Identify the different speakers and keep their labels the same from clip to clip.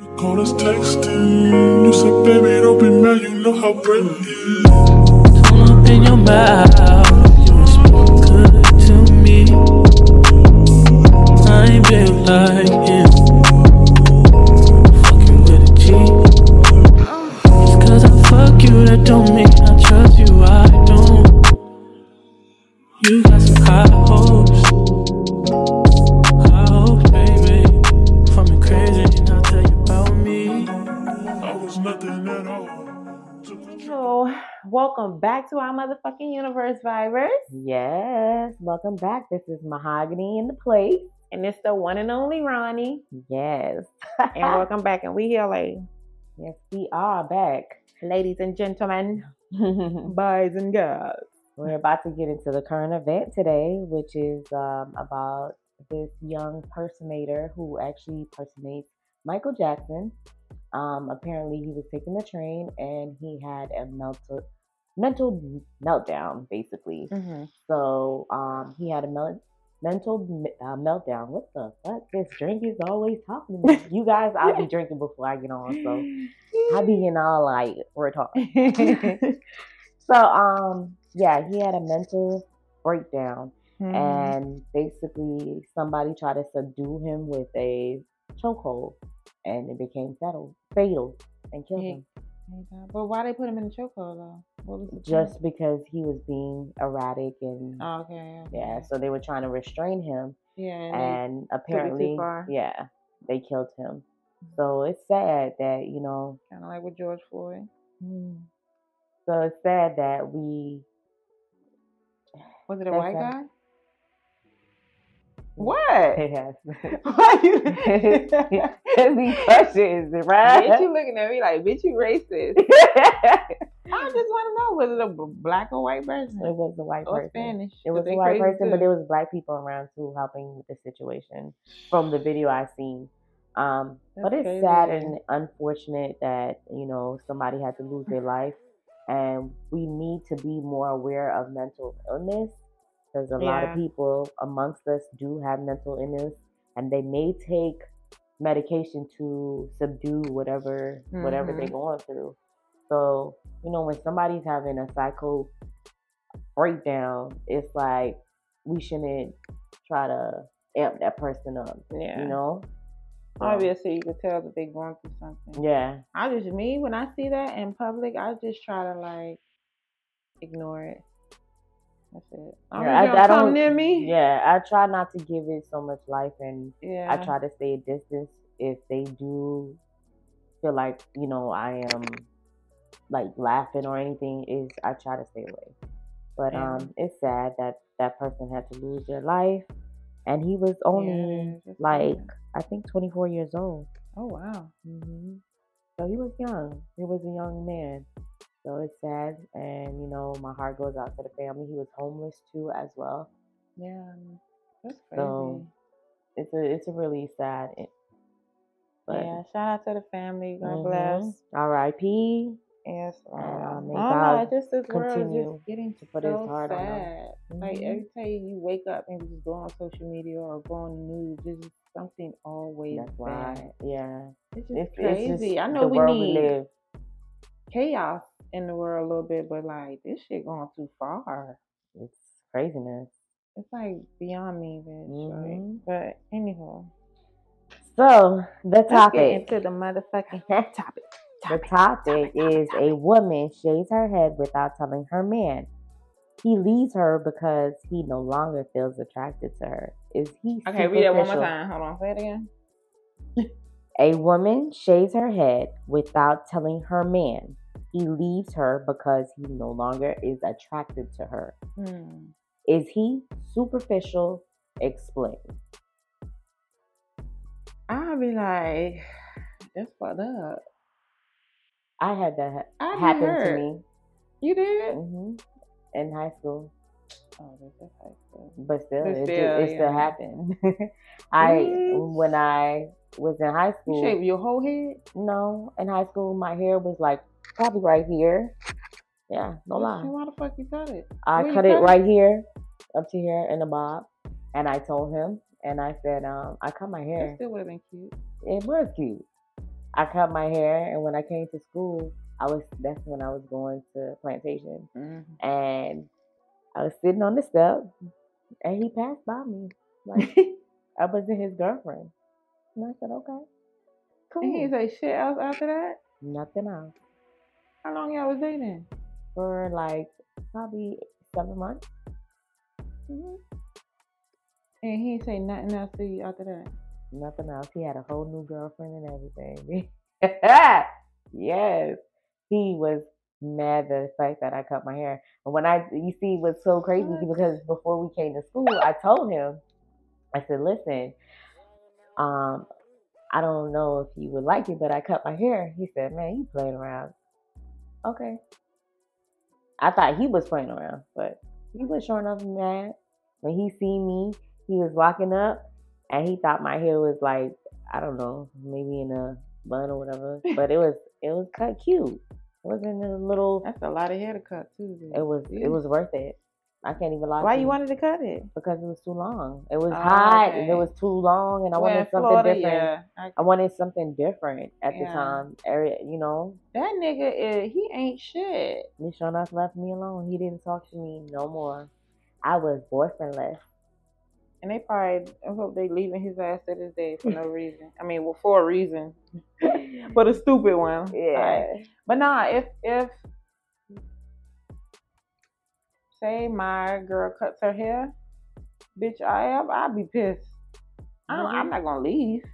Speaker 1: All this texting. You said, baby, don't be mad. You know how bread is.
Speaker 2: Come up in your mouth. You spoke good to me. I ain't been like you. Fucking with a G. Just cause I fuck you, that don't mean I trust you. I don't. You got some high hopes. High hopes, baby. For me crazy, now tell you about me.
Speaker 1: I was nothing at all. Took a
Speaker 3: So, welcome back to our motherfucking universe, Vibers. Yes, welcome back. This is Mahogany in the place. And it's the one and only Ronnie. Yes. and welcome back. And we here, like, yes, we are back. Ladies and gentlemen, boys and girls. We're about to get into the current event today, which is um, about this young personator who actually personates Michael Jackson. Um, apparently, he was taking the train and he had a mental mental meltdown, basically. So um, he had a mel- mental me- uh, meltdown. What the fuck? This drink is always talking to me. You guys, I'll be drinking before I get on, so I'll be in all like retard. so um, yeah, he had a mental breakdown
Speaker 4: Mm-hmm.
Speaker 3: and basically somebody tried to subdue him with a chokehold, and it became fatal, fatal, and killed him
Speaker 4: But why they put him in the chokehold though? What was the
Speaker 3: just because he was being erratic and
Speaker 4: point? Oh, okay. okay.
Speaker 3: yeah. So they were trying to restrain him,
Speaker 4: Yeah. And they-
Speaker 3: and apparently,
Speaker 4: far. Mm-hmm.
Speaker 3: yeah, they killed him. So it's sad that you know.
Speaker 4: kind of like with George Floyd. Mm.
Speaker 3: So it's sad that we
Speaker 4: Was it a
Speaker 3: That's
Speaker 4: white
Speaker 3: right.
Speaker 4: guy? What?
Speaker 3: yes.
Speaker 4: Why you?
Speaker 3: These questions,
Speaker 4: Bitch,
Speaker 3: right?
Speaker 4: you looking at me like, bitch, you racist. I just want to know, was it a b- black or white
Speaker 3: It
Speaker 4: person
Speaker 3: was a white
Speaker 4: or
Speaker 3: person.
Speaker 4: Spanish?
Speaker 3: It
Speaker 4: 'Cause
Speaker 3: was a
Speaker 4: they
Speaker 3: white
Speaker 4: crazy
Speaker 3: person, but
Speaker 4: too.
Speaker 3: there was black people around too helping with the situation from the video I seen. Um, but
Speaker 4: That's
Speaker 3: it's sad
Speaker 4: crazy.
Speaker 3: and unfortunate that you know somebody had to lose their life, and we need to be more aware of mental illness because a lot of
Speaker 4: Yeah.
Speaker 3: people amongst us do have mental illness, and they may take medication to subdue whatever whatever they're
Speaker 4: Mhm.
Speaker 3: going through. So you know when somebody's having a psycho breakdown, it's like we shouldn't try to amp that person up.
Speaker 4: Yeah.
Speaker 3: You know?
Speaker 4: um
Speaker 3: So,
Speaker 4: Obviously, you could tell that they going through something.
Speaker 3: Yeah.
Speaker 4: I just me when I see that in public, I just try to like ignore it. That's it. I
Speaker 3: Yeah,
Speaker 4: don't,
Speaker 3: I- I
Speaker 4: come
Speaker 3: don't-
Speaker 4: near me.
Speaker 3: Yeah. I try not to give it so much life and
Speaker 4: yeah.
Speaker 3: I try to stay a distance if they do feel like, you know, I am like laughing or anything is I try to stay away. But
Speaker 4: Yeah.
Speaker 3: um it's sad that that person had to lose their life and he was only
Speaker 4: it is. It's
Speaker 3: Oh, like
Speaker 4: sad.
Speaker 3: I think 24 years old.
Speaker 4: oh wow,
Speaker 3: hmm
Speaker 4: Mm-hmm.
Speaker 3: So he was young. He was a young man. So it's sad, and you know, my heart goes out to the family. He was homeless too, as well.
Speaker 4: yeah, that's crazy.
Speaker 3: So, It's a it's a really sad. i- But
Speaker 4: yeah, shout out to the family. God
Speaker 3: Mhm.
Speaker 4: bless.
Speaker 3: R.I.P.
Speaker 4: Yes,
Speaker 3: uh,
Speaker 4: um,
Speaker 3: may
Speaker 4: I don't know.
Speaker 3: God
Speaker 4: It just this world is
Speaker 3: continue
Speaker 4: just getting
Speaker 3: to put his
Speaker 4: so
Speaker 3: heart
Speaker 4: sad.
Speaker 3: on us.
Speaker 4: Like
Speaker 3: Mhm.
Speaker 4: every time you wake up and you just go on social media or go on the news, there's something always
Speaker 3: That's why.
Speaker 4: bad.
Speaker 3: Yeah,
Speaker 4: It's just
Speaker 3: it's,
Speaker 4: crazy.
Speaker 3: it's just
Speaker 4: I know
Speaker 3: the
Speaker 4: we
Speaker 3: world
Speaker 4: need
Speaker 3: we live.
Speaker 4: chaos in the world a little bit, but like this shit going too far.
Speaker 3: It's craziness.
Speaker 4: It's like beyond me, bitch.
Speaker 3: Mhm.
Speaker 4: Like, but anyhow,
Speaker 3: So the
Speaker 4: let's get
Speaker 3: topic.
Speaker 4: into the motherfucking topic.
Speaker 3: The
Speaker 4: Topic.
Speaker 3: topic is a woman shaves her head without telling her man. He leaves her because he no longer feels attracted to her. Is he
Speaker 4: Okay, read that one more
Speaker 3: superficial?
Speaker 4: time. Hold on, say it again.
Speaker 3: A woman shaves her head without telling her man. He leaves her because he no longer is attracted to her.
Speaker 4: Hmm.
Speaker 3: Is he superficial? Explain.
Speaker 4: I'll be like, that's fucked up.
Speaker 3: I had that ha-
Speaker 4: I be
Speaker 3: happen
Speaker 4: hurt.
Speaker 3: to me
Speaker 4: You did?
Speaker 3: mhm, in high school,
Speaker 4: Oh, that's just like so.
Speaker 3: but still,
Speaker 4: But
Speaker 3: it, still,
Speaker 4: still,
Speaker 3: it still
Speaker 4: yeah.
Speaker 3: happened. I
Speaker 4: Bitch.
Speaker 3: when I was in high
Speaker 4: You
Speaker 3: school,
Speaker 4: shave your whole head?
Speaker 3: no, in high school, my hair was like probably right here. Yeah, no
Speaker 4: Bitch,
Speaker 3: lie.
Speaker 4: then Why the fuck you cut it?
Speaker 3: I
Speaker 4: Where you
Speaker 3: cut it
Speaker 4: cut it?
Speaker 3: right here, up to here in a bob, and I told him, and I said, um, I cut my
Speaker 4: That
Speaker 3: hair.
Speaker 4: still would have been cute.
Speaker 3: It was cute, I cut my hair, and when I came to school, I was that's when I was going to plantation,
Speaker 4: Mhm.
Speaker 3: and I was sitting on the step, and he passed by me. Like I wasn't his girlfriend, and I said, "Okay,
Speaker 4: And he
Speaker 3: cool,
Speaker 4: didn't say shit else after that.
Speaker 3: nothing else."
Speaker 4: How long y'all was dating?
Speaker 3: for like probably seven months.
Speaker 4: And he didn't say nothing else to you after that.
Speaker 3: Nothing else. He had a whole new girlfriend and everything. yes, he was mad the fact that I cut my hair. And when I, you see, what's so crazy because before we came to school, I told him, I said, "Listen, um, I don't know if you would like it, but I cut my hair." He said, "Man, you playing around." Okay. I thought he was playing around, but he was showing up mad when he seen me. He was walking up, and he thought my hair was like I don't know, maybe in a bun or whatever, but it was it was cut cute. It wasn't a little.
Speaker 4: That's a lot of hair to cut too. dude.
Speaker 3: It was it was worth it. I can't even lie.
Speaker 4: Why
Speaker 3: to
Speaker 4: you wanted to cut it?
Speaker 3: Because it was too long. It was
Speaker 4: Oh,
Speaker 3: hot and it
Speaker 4: okay.
Speaker 3: was too long, and I
Speaker 4: Well, in
Speaker 3: wanted something
Speaker 4: Florida,
Speaker 3: different.
Speaker 4: Yeah. I,
Speaker 3: I wanted something different at the
Speaker 4: Yeah.
Speaker 3: time. Area, you know,
Speaker 4: that nigga is he ain't shit.
Speaker 3: Michelle enough left me alone. He didn't talk to me no more. I was boyfriendless.
Speaker 4: And they probably I hope they leaving his ass to this day for no reason. I mean, well, for a reason, but a stupid one. Like, but nah, if if say my girl cuts her hair, bitch, I am I'd be pissed. I don't,
Speaker 3: Mm-hmm.
Speaker 4: I'm not gonna leave.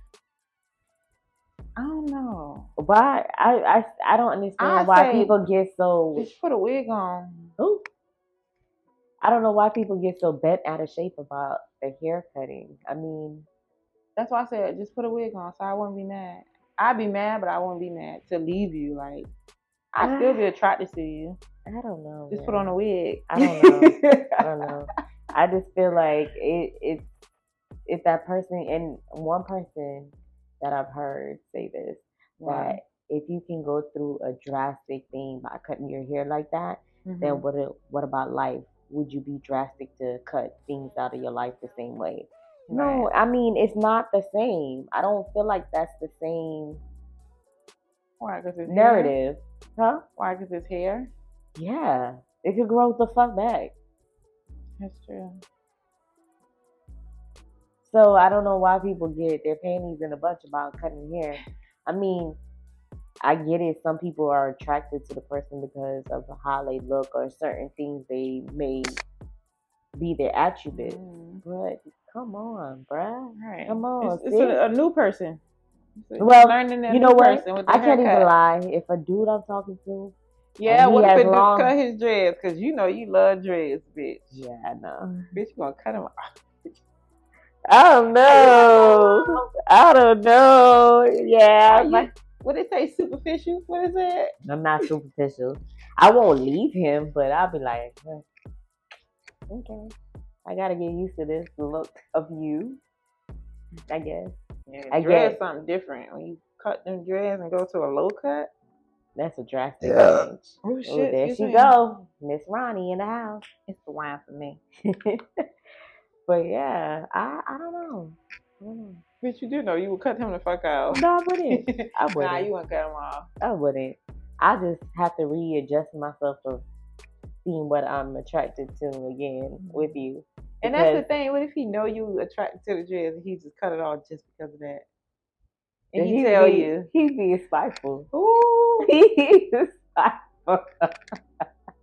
Speaker 4: I don't know.
Speaker 3: Why? I I, I don't understand
Speaker 4: I
Speaker 3: why
Speaker 4: say-
Speaker 3: people get so.
Speaker 4: Just put a wig on.
Speaker 3: Ooh. I don't know why people get so bent out of shape about the hair cutting. I mean,
Speaker 4: That's why I said just put a wig on, so I wouldn't be mad. I'd be mad, but I wouldn't be mad to leave you. Like I'd still be attracted to you.
Speaker 3: I don't know.
Speaker 4: Just
Speaker 3: man.
Speaker 4: put on a wig.
Speaker 3: Ah. I don't know. I don't know. I just feel like it it's if that person and one person that I've heard say this
Speaker 4: Wow.
Speaker 3: that if you can go through a drastic thing by cutting your hair like that, then
Speaker 4: Mhm.
Speaker 3: what a- what about life? Would you be drastic to cut things out of your life the same way? No, I mean it's not the same. I don't feel like that's the same
Speaker 4: Why? Because it's Hair.
Speaker 3: narrative, huh?
Speaker 4: Why? Because it's hair.
Speaker 3: Yeah, it could grow the fuck back.
Speaker 4: That's true.
Speaker 3: So I don't know why people get their panties in a bunch about cutting hair. I mean, I get it. Some people are attracted to the person because of how they look or certain things they may be their attribute.
Speaker 4: Mm.
Speaker 3: But come on, bruh.
Speaker 4: Right.
Speaker 3: Come on,
Speaker 4: It's, it's
Speaker 3: sis.
Speaker 4: a, a new person. It's a-
Speaker 3: Well,
Speaker 4: learning a
Speaker 3: you
Speaker 4: new
Speaker 3: know what?
Speaker 4: person with the
Speaker 3: I can't even
Speaker 4: haircut.
Speaker 3: lie. If a dude I'm talking to,
Speaker 4: Yeah,
Speaker 3: he
Speaker 4: what
Speaker 3: has
Speaker 4: if it do
Speaker 3: long-
Speaker 4: cut his dreads? Because you know you love dreads, bitch.
Speaker 3: yeah, I know.
Speaker 4: Bitch, you gonna cut him off.
Speaker 3: I don't know. I don't know. Yeah,
Speaker 4: Are you-
Speaker 3: my-
Speaker 4: What they say? Superficial? What is that?
Speaker 3: I'm not superficial. I won't leave him, but I'll be like, "Huh, okay, I gotta get used to this look of you. I guess
Speaker 4: Yeah,
Speaker 3: I
Speaker 4: dreads
Speaker 3: guess.
Speaker 4: something different. When you cut them dreads and go to a low cut.
Speaker 3: that's a drastic
Speaker 4: Yeah.
Speaker 3: change.
Speaker 4: Oh
Speaker 3: Oh, there
Speaker 4: excuse
Speaker 3: she
Speaker 4: me.
Speaker 3: go, Miss Ronnie in the house.
Speaker 4: It's the wine for me.
Speaker 3: but yeah, I I don't know. I don't know.
Speaker 4: Bitch, you do know you would cut him the fuck out.
Speaker 3: No, I wouldn't. I
Speaker 4: nah,
Speaker 3: wouldn't.
Speaker 4: you wouldn't cut him off.
Speaker 3: I wouldn't. I just have to readjust myself of seeing what I'm attracted to again
Speaker 4: Mm-hmm.
Speaker 3: with you.
Speaker 4: And that's the
Speaker 3: Because-
Speaker 4: thing. What if he know you attracted to the dreads and he just cut it off just because of that? And
Speaker 3: Then
Speaker 4: he
Speaker 3: he'd
Speaker 4: tell
Speaker 3: be-
Speaker 4: you,
Speaker 3: he'd be spiteful.
Speaker 4: ooh,
Speaker 3: He's spiteful.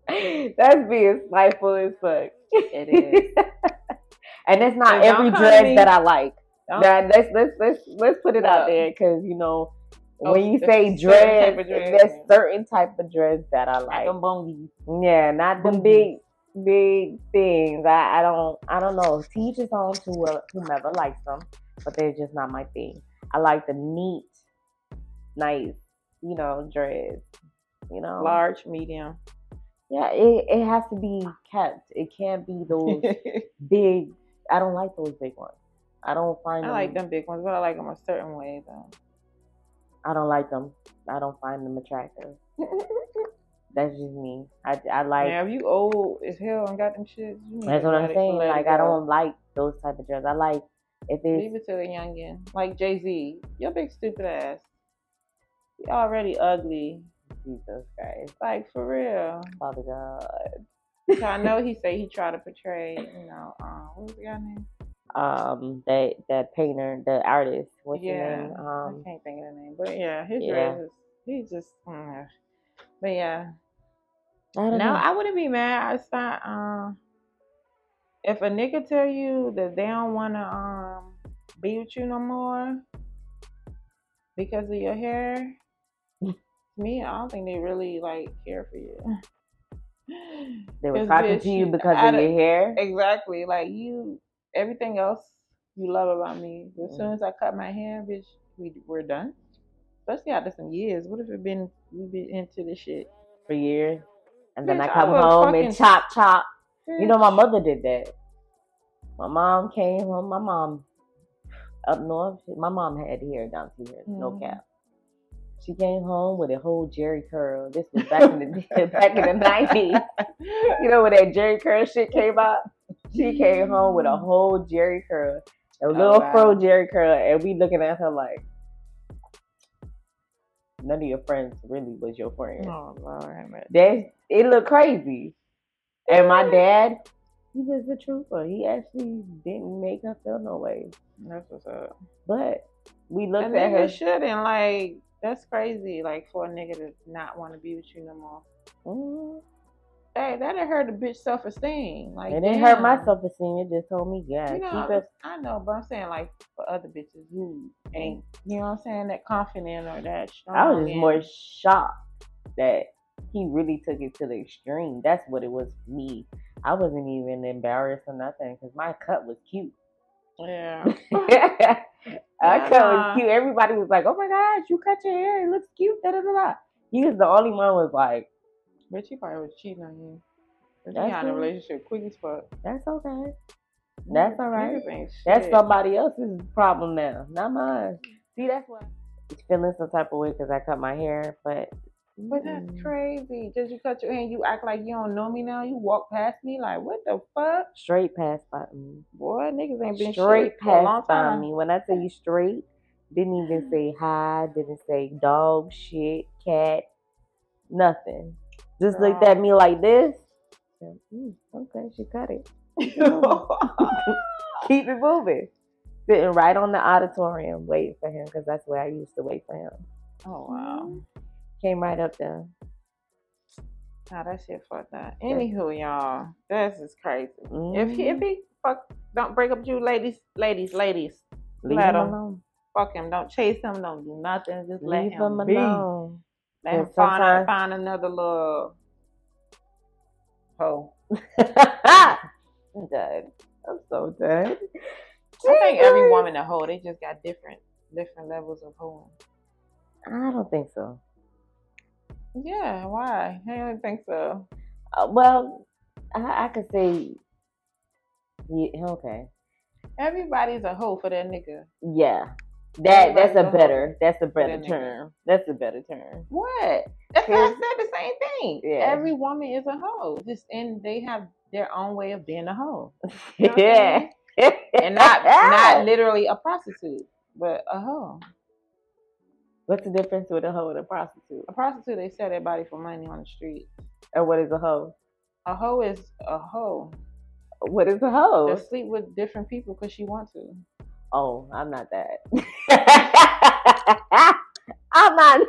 Speaker 3: That's being spiteful as fuck.
Speaker 4: it is.
Speaker 3: and it's not
Speaker 4: And don't
Speaker 3: every
Speaker 4: come
Speaker 3: dress
Speaker 4: to me-
Speaker 3: that I like.
Speaker 4: Don't-
Speaker 3: Now, let's let's let's let's put it out
Speaker 4: Look.
Speaker 3: there because you know
Speaker 4: Oh,
Speaker 3: when you
Speaker 4: there's
Speaker 3: say
Speaker 4: certain type
Speaker 3: dress,
Speaker 4: of dress,
Speaker 3: there's
Speaker 4: yeah.
Speaker 3: certain type of dress that I like.
Speaker 4: them bongies.
Speaker 3: Yeah, not the
Speaker 4: Boobies.
Speaker 3: big big things. I, I don't I don't know. Teach is on to wh- whomever likes them, but they're just not my thing. I like the neat, nice, you know, dress. You know,
Speaker 4: large, medium.
Speaker 3: yeah, it, it has to be kept. It can't be those
Speaker 4: I
Speaker 3: big. I don't like those big ones. I don't find them.
Speaker 4: like them big ones, but I like them a certain way though.
Speaker 3: I don't like them. I don't find them attractive. That's just me. I, I like.
Speaker 4: now, if you old as hell and got them shit, you need
Speaker 3: that's
Speaker 4: to
Speaker 3: what I'm
Speaker 4: let it-
Speaker 3: saying.
Speaker 4: let it
Speaker 3: Like I
Speaker 4: go.
Speaker 3: don't like those type of dresses. I like if it's
Speaker 4: leave it to a youngin like Jay Z. Your big stupid ass. already ugly.
Speaker 3: Jesus Christ.
Speaker 4: Like for real.
Speaker 3: Father God.
Speaker 4: Which I know he said he tried to portray, you know, um, what was the guy's name?
Speaker 3: Um, that that painter, the artist, what's his
Speaker 4: Yeah,
Speaker 3: name?
Speaker 4: I
Speaker 3: Um,
Speaker 4: can't think of the name, but yeah, his
Speaker 3: Yeah.
Speaker 4: dress is he's just, mm. but yeah.
Speaker 3: I don't
Speaker 4: No,
Speaker 3: know.
Speaker 4: I wouldn't be mad. It's not. Um, if a nigga tell you that they don't wanna um be with you no more because of your hair, to me, I don't think they really like care for you.
Speaker 3: They were
Speaker 4: This
Speaker 3: talking
Speaker 4: bitch,
Speaker 3: to you
Speaker 4: she
Speaker 3: because
Speaker 4: out
Speaker 3: of
Speaker 4: of-
Speaker 3: your hair.
Speaker 4: exactly, like you, everything else you love about me. As
Speaker 3: Mm.
Speaker 4: soon as I cut my hair, bitch, we we're done. Especially after some years. What if it been we been into this shit?
Speaker 3: for years. And then
Speaker 4: Bitch,
Speaker 3: I
Speaker 4: I
Speaker 3: come
Speaker 4: would
Speaker 3: home
Speaker 4: fucking-
Speaker 3: and chop chop. You know, my
Speaker 4: Bitch.
Speaker 3: mother did that. My mom came home. My mom up north. My mom had hair down to here, no
Speaker 4: Mhm.
Speaker 3: cap. She came home with a whole Jerry curl. This was back in the back in the nineties. You know when that Jerry curl shit came out. She came home with a whole Jerry curl, a little
Speaker 4: Oh, wow.
Speaker 3: fro Jerry curl, and we looking at her like, none of your friends really was your friend.
Speaker 4: Oh Lord, have mercy.
Speaker 3: That's it looked crazy. And my dad, he was the trooper. He actually didn't make her feel no way.
Speaker 4: that's what's up.
Speaker 3: But we
Speaker 4: A
Speaker 3: looked at her.
Speaker 4: nigga shouldn't like. That's crazy. Like for a nigga to not want to be with you no more.
Speaker 3: Mm,
Speaker 4: Hey, that didn't hurt a bitch self esteem. Like
Speaker 3: it didn't hurt my
Speaker 4: damn.
Speaker 3: self esteem. It just told me, yeah,
Speaker 4: You know,
Speaker 3: keep it.
Speaker 4: I know, but I'm saying like for other bitches who ain't, you know, what I'm saying that confident or that. Strong
Speaker 3: I was just
Speaker 4: and-
Speaker 3: more shocked that he really took it to the extreme. That's what it was for me. I wasn't even embarrassed or nothing because my cut was cute.
Speaker 4: Yeah.
Speaker 3: I
Speaker 4: Yeah,
Speaker 3: cut was
Speaker 4: nah.
Speaker 3: cute. Everybody was like, "Oh my gosh, you cut your hair! It looks cute." Da da da da. He was the only one was like.
Speaker 4: Richie probably was cheating on you. But
Speaker 3: That's
Speaker 4: you got in a
Speaker 3: cool.
Speaker 4: relationship quick as fuck.
Speaker 3: That's okay. That's all right.
Speaker 4: Niggas ain't
Speaker 3: That's
Speaker 4: shit.
Speaker 3: somebody else's problem now, not mine. See, that's why. It's feeling some type of way because I cut my hair, but
Speaker 4: But that's
Speaker 3: Mm.
Speaker 4: crazy. Just you cut your hand, you act like you don't know me now. You walk past me like, what the fuck?
Speaker 3: straight past by me.
Speaker 4: Boy, niggas ain't been
Speaker 3: Straight
Speaker 4: shit for a long
Speaker 3: past by
Speaker 4: time. Mm-hmm.
Speaker 3: me. When I tell you straight, didn't even say hi, didn't say dog, shit, cat, nothing. Just looked
Speaker 4: Girl.
Speaker 3: at me like this. and, "Mm, okay, she cut it.
Speaker 4: Oh,
Speaker 3: Keep it moving. Sitting right on the auditorium, waiting for him because that's where I used to wait for him.
Speaker 4: oh wow.
Speaker 3: Mm-hmm. Came right up there.
Speaker 4: Nah, that shit fucked up. Anywho, y'all, this is crazy. If he if
Speaker 3: Mhm.
Speaker 4: he fuck don't break up with you ladies, ladies, ladies.
Speaker 3: Mm-hmm. Leave
Speaker 4: let
Speaker 3: him
Speaker 4: 'em.
Speaker 3: alone.
Speaker 4: Fuck him. Don't chase him. Don't do nothing. Just let
Speaker 3: Leave
Speaker 4: him
Speaker 3: him
Speaker 4: be.
Speaker 3: alone.
Speaker 4: Let him
Speaker 3: And
Speaker 4: find, a-
Speaker 3: sometimes-
Speaker 4: find another little hoe.
Speaker 3: I'm done. I'm so done.
Speaker 4: I think every woman a hoe. They just got different different levels of hoeing.
Speaker 3: I don't think so.
Speaker 4: Yeah, why? I don't think so.
Speaker 3: Uh, well, I, I could say, yeah, okay,
Speaker 4: Everybody's a hoe for that nigga.
Speaker 3: yeah. That that's a
Speaker 4: Everybody's a
Speaker 3: better that's a
Speaker 4: for
Speaker 3: better
Speaker 4: that nigga.
Speaker 3: term. That's a better term.
Speaker 4: What? That's why I said the same thing.
Speaker 3: Yeah.
Speaker 4: Every woman is a hoe. Just and they have their own way of being a hoe. You know what I'm
Speaker 3: Yeah,
Speaker 4: saying? and not not literally a prostitute, but a hoe.
Speaker 3: What's the difference with a hoe and a prostitute?
Speaker 4: A prostitute, they sell their body for money on the street.
Speaker 3: And what is a hoe?
Speaker 4: A hoe is a hoe.
Speaker 3: What is a
Speaker 4: They
Speaker 3: hoe?
Speaker 4: sleep with different people because she wants to.
Speaker 3: Oh, I'm not that. I'm not.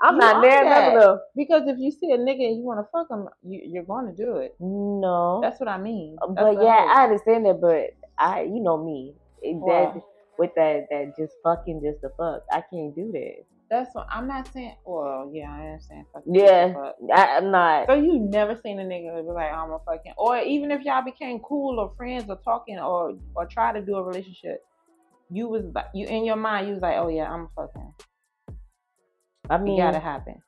Speaker 3: I'm
Speaker 4: You
Speaker 3: not
Speaker 4: are
Speaker 3: there.
Speaker 4: that.
Speaker 3: Never
Speaker 4: Because if you see a nigga and you want to fuck him, you, you're going to do it.
Speaker 3: No.
Speaker 4: That's what I mean. That's
Speaker 3: Um, but
Speaker 4: a
Speaker 3: yeah,
Speaker 4: hoe.
Speaker 3: I understand that. But I, you know me, it,
Speaker 4: Wow.
Speaker 3: that with that that just fucking just the fuck. I can't do that.
Speaker 4: that's what I'm not saying. Well, yeah, I understand. Fuck you,
Speaker 3: Yeah,
Speaker 4: fuck.
Speaker 3: I, I'm not.
Speaker 4: So you never seen a nigga be like, I'm a fucking, or even if y'all became cool or friends or talking or or try to do a relationship, you was like, you in your mind, you was like, oh yeah, I'm a fucking.
Speaker 3: I
Speaker 4: It
Speaker 3: mean,
Speaker 4: gotta happen.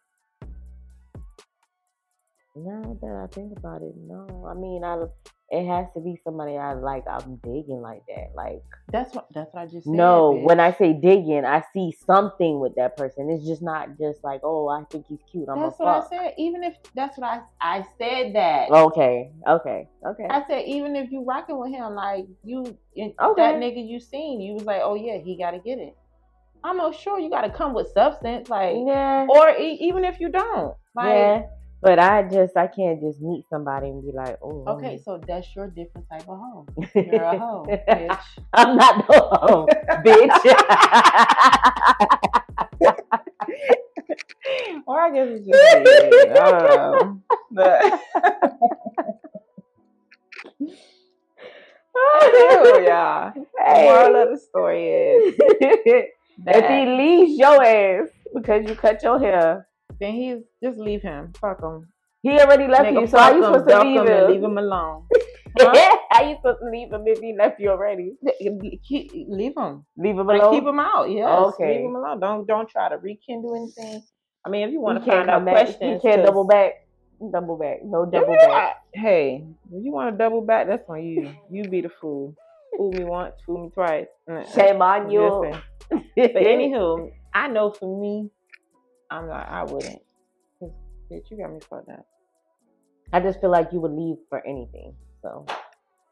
Speaker 3: now that I think about it, no. I mean, I. It has to be somebody I like. I'm digging like that. Like
Speaker 4: That's what that's what I just said.
Speaker 3: no,
Speaker 4: bitch.
Speaker 3: when I say digging, I see something with that person. It's just not just like oh, I think he's cute. I'm
Speaker 4: that's
Speaker 3: a
Speaker 4: what I
Speaker 3: fuck.
Speaker 4: said. Even if that's what I I said that.
Speaker 3: Okay, okay, okay.
Speaker 4: I said even if you rocking with him, like you and
Speaker 3: Okay.
Speaker 4: that nigga you seen, you was like, oh yeah, he gotta get it. almost sure you got to come with substance, like,
Speaker 3: Yeah.
Speaker 4: or e- even if you don't, like,
Speaker 3: yeah. But I just I can't just meet somebody and be like, oh
Speaker 4: okay, so that's your different type of hoe. You're a hoe, bitch.
Speaker 3: I'm not the hoe, bitch.
Speaker 4: Or I guess it's just me. I don't know. But- Ew, y'all. Moral
Speaker 3: Hey.
Speaker 4: of the story is
Speaker 3: if he
Speaker 4: that
Speaker 3: leaves your ass because you cut your hair,
Speaker 4: then he's just leave him. Fuck him.
Speaker 3: he already left
Speaker 4: Nigga,
Speaker 3: you. So how
Speaker 4: fuck
Speaker 3: you
Speaker 4: him,
Speaker 3: supposed to
Speaker 4: dump
Speaker 3: leave
Speaker 4: him and leave
Speaker 3: him?
Speaker 4: him alone. Huh?
Speaker 3: how you supposed to leave him if he left you already?
Speaker 4: Keep- leave him.
Speaker 3: Leave him
Speaker 4: Like,
Speaker 3: alone.
Speaker 4: keep him out. Yes.
Speaker 3: Okay.
Speaker 4: Leave him alone. Don't don't try to rekindle anything. I mean, if
Speaker 3: He
Speaker 4: you want to
Speaker 3: can't
Speaker 4: find out
Speaker 3: come back. He
Speaker 4: questions,
Speaker 3: can't
Speaker 4: just-
Speaker 3: double back. Double back. No
Speaker 4: If
Speaker 3: double
Speaker 4: you-
Speaker 3: back.
Speaker 4: I- hey, if you want to double back, that's on you. You be the fool. fool me once, fool me twice. Mm-mm.
Speaker 3: Shame on you.
Speaker 4: Listen. But anywho, I know for me, I'm like I wouldn't. 'Cause, Bitch, you got me fucked up.
Speaker 3: I just feel like you would leave for anything. So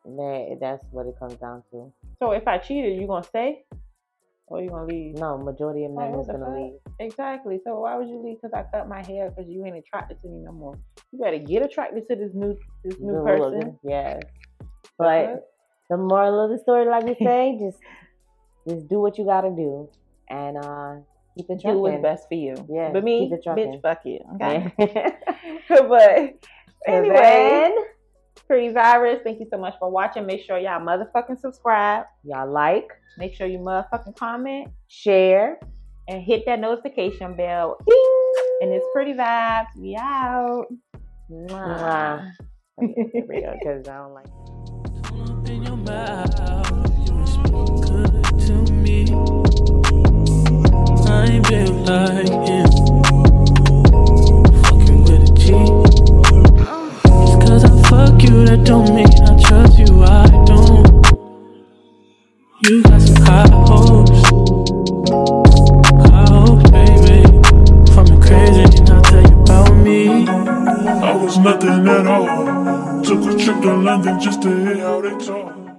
Speaker 3: that that's what it comes down to.
Speaker 4: So if I cheated, you gonna stay or you gonna leave?
Speaker 3: No, majority of
Speaker 4: Like,
Speaker 3: men
Speaker 4: what
Speaker 3: is
Speaker 4: the
Speaker 3: gonna
Speaker 4: fuck?
Speaker 3: leave.
Speaker 4: Exactly. So why would you leave? Because I cut my hair because you ain't attracted to me no more. You better get attracted to this new this new
Speaker 3: Good
Speaker 4: person.
Speaker 3: looking, Yes.
Speaker 4: The
Speaker 3: But
Speaker 4: fuck?
Speaker 3: the moral of the story, like we say, just just do what you gotta do and uh keep it
Speaker 4: do what's
Speaker 3: trucking.
Speaker 4: best for you.
Speaker 3: Yeah,
Speaker 4: But me,
Speaker 3: keep it trucking.
Speaker 4: bitch, fuck you. Okay.
Speaker 3: Yeah.
Speaker 4: but
Speaker 3: So
Speaker 4: anyway,
Speaker 3: then,
Speaker 4: pretty virus. Thank you so much for watching. Make sure y'all motherfucking subscribe.
Speaker 3: y'all like,
Speaker 4: Make sure you motherfucking comment
Speaker 3: share.
Speaker 4: and hit that notification bell. Ding! And it's pretty vibes. We out.
Speaker 3: Mwah. Because I don't like
Speaker 2: Come up in your mouth. You speak good to me. I ain't built like him. Fucking with a G. Just cause I fuck you, that don't mean I trust you. I don't. You got some high hopes. High hopes, baby. From your crazy, now tell you about me.
Speaker 1: I was nothing at all. Took a trip to London just to hear how they talk.